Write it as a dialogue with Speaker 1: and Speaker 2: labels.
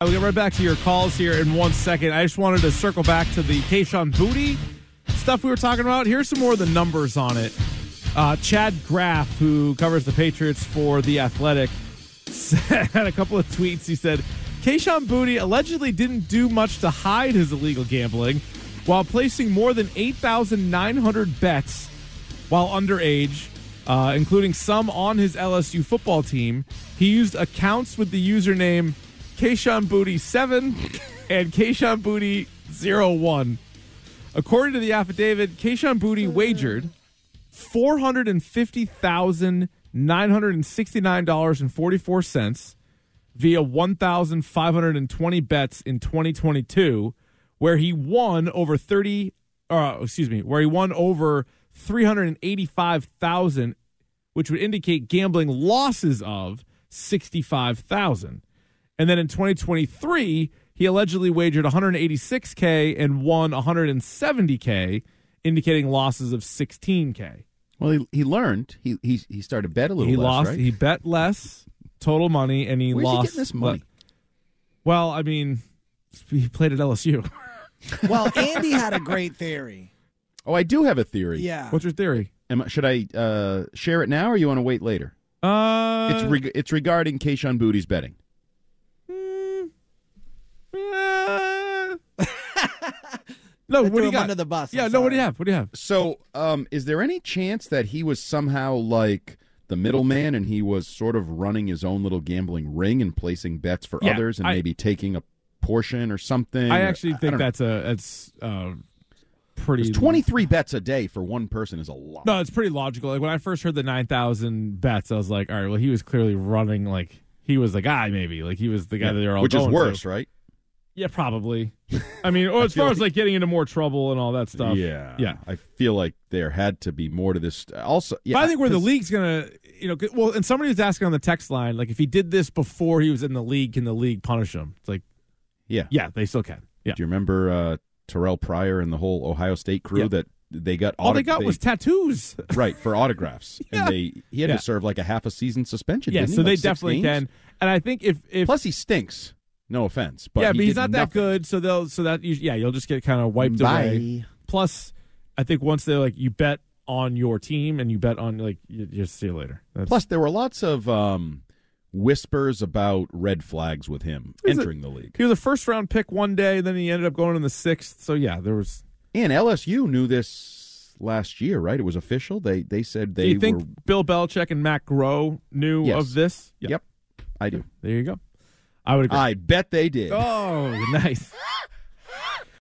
Speaker 1: We'll get right back to your calls here in one second. I just wanted to circle back to the Kayshawn Booty stuff we were talking about. Here's some more of the numbers on it. Uh, Chad Graff, who covers the Patriots for The Athletic, had a couple of tweets. He said, Kayshawn Booty allegedly didn't do much to hide his illegal gambling while placing more than 8,900 bets while underage, uh, including some on his LSU football team. He used accounts with the username Kayshawn Booty 7 and Kayshawn Booty 01. According to the affidavit, Kayshawn Booty wagered $450,969.44 via 1,520 bets in 2022, where he won over 30, uh, excuse me, where he won over 385,000, which would indicate gambling losses of 65,000. And then in 2023, he allegedly wagered 186K and won 170K, indicating losses of 16K.
Speaker 2: Well, he, he learned. He, he he started to bet a little.
Speaker 1: He
Speaker 2: less,
Speaker 1: lost,
Speaker 2: Right?
Speaker 1: he bet less total money, and he
Speaker 2: Where's he
Speaker 1: lost.
Speaker 2: getting this money?
Speaker 1: Well, I mean, he played at LSU.
Speaker 3: Well, Andy had a great theory.
Speaker 2: oh, I do have a theory.
Speaker 3: Yeah.
Speaker 1: What's your theory?
Speaker 2: Am I, should I uh, share it now, or you want to wait later?
Speaker 1: Uh,
Speaker 2: it's reg- it's regarding Kayshawn Booty's betting.
Speaker 1: mm, no,
Speaker 3: I
Speaker 1: what do
Speaker 3: threw
Speaker 1: you
Speaker 3: him
Speaker 1: got?
Speaker 3: under the bus. I'm
Speaker 1: yeah, no, what do
Speaker 3: sorry.
Speaker 1: you have? What do you have?
Speaker 2: So, um, is there any chance that he was somehow like the middleman, and he was sort of running his own little gambling ring and placing bets for
Speaker 1: Yeah,
Speaker 2: others, and
Speaker 1: I-
Speaker 2: maybe taking a portion or something?
Speaker 1: I
Speaker 2: or-
Speaker 1: actually think
Speaker 2: don't know.
Speaker 1: that's a that's uh, pretty
Speaker 2: 'Cause twenty-three bets a day for one person is a lot.
Speaker 1: No, it's pretty logical. Like when I first heard the nine thousand bets, I was like, all right, well, he was clearly running. Like he was the guy, maybe. Like he was the guy that they're all
Speaker 2: which is
Speaker 1: going to.
Speaker 2: worse, right?
Speaker 1: Yeah, probably. I mean, or as far as like getting into more trouble and all that stuff.
Speaker 2: Yeah,
Speaker 1: yeah.
Speaker 2: I feel like there had to be more to this. Also, yeah,
Speaker 1: but I think where the
Speaker 2: because-
Speaker 1: league's gonna, you know, c- well, and somebody was asking on the text line, like, if he did this before he was in the league, can the league punish him? It's like,
Speaker 2: Yeah.
Speaker 1: yeah, they still can. Yeah,
Speaker 2: Do you remember uh, Terrell Pryor and the whole Ohio State crew
Speaker 1: Yeah.
Speaker 2: that they got?
Speaker 1: all they
Speaker 2: autog-
Speaker 1: got was tattoos.
Speaker 2: right for autographs, and they he had
Speaker 1: Yeah.
Speaker 2: to serve like a half a season suspension.
Speaker 1: yeah,
Speaker 2: didn't he?
Speaker 1: so
Speaker 2: Like
Speaker 1: they
Speaker 2: six
Speaker 1: definitely can.
Speaker 2: games?
Speaker 1: And I think if if
Speaker 2: Plus, he stinks. No offense, but
Speaker 1: yeah,
Speaker 2: he
Speaker 1: but he's
Speaker 2: did
Speaker 1: not that
Speaker 2: nothing.
Speaker 1: good, so they'll so that you, yeah, you'll just get kind of wiped
Speaker 2: Bye.
Speaker 1: away. Plus, I think once they're like, you bet on your team and you bet on like, you, you see you later. That's,
Speaker 2: Plus, there were lots of um, whispers about red flags with him
Speaker 1: Is it-
Speaker 2: entering the league,
Speaker 1: he was a first round pick one day, then he ended up going in the sixth. So yeah, there was.
Speaker 2: and LSU knew this last year. Right, it was official. They they said they
Speaker 1: do you think
Speaker 2: were.
Speaker 1: Bill Belichick and Matt Groh knew
Speaker 2: Yes. Uh,
Speaker 1: of this? Yeah.
Speaker 2: Yep, I do.
Speaker 1: There you go. I would agree.
Speaker 2: I bet they did.
Speaker 1: oh, nice.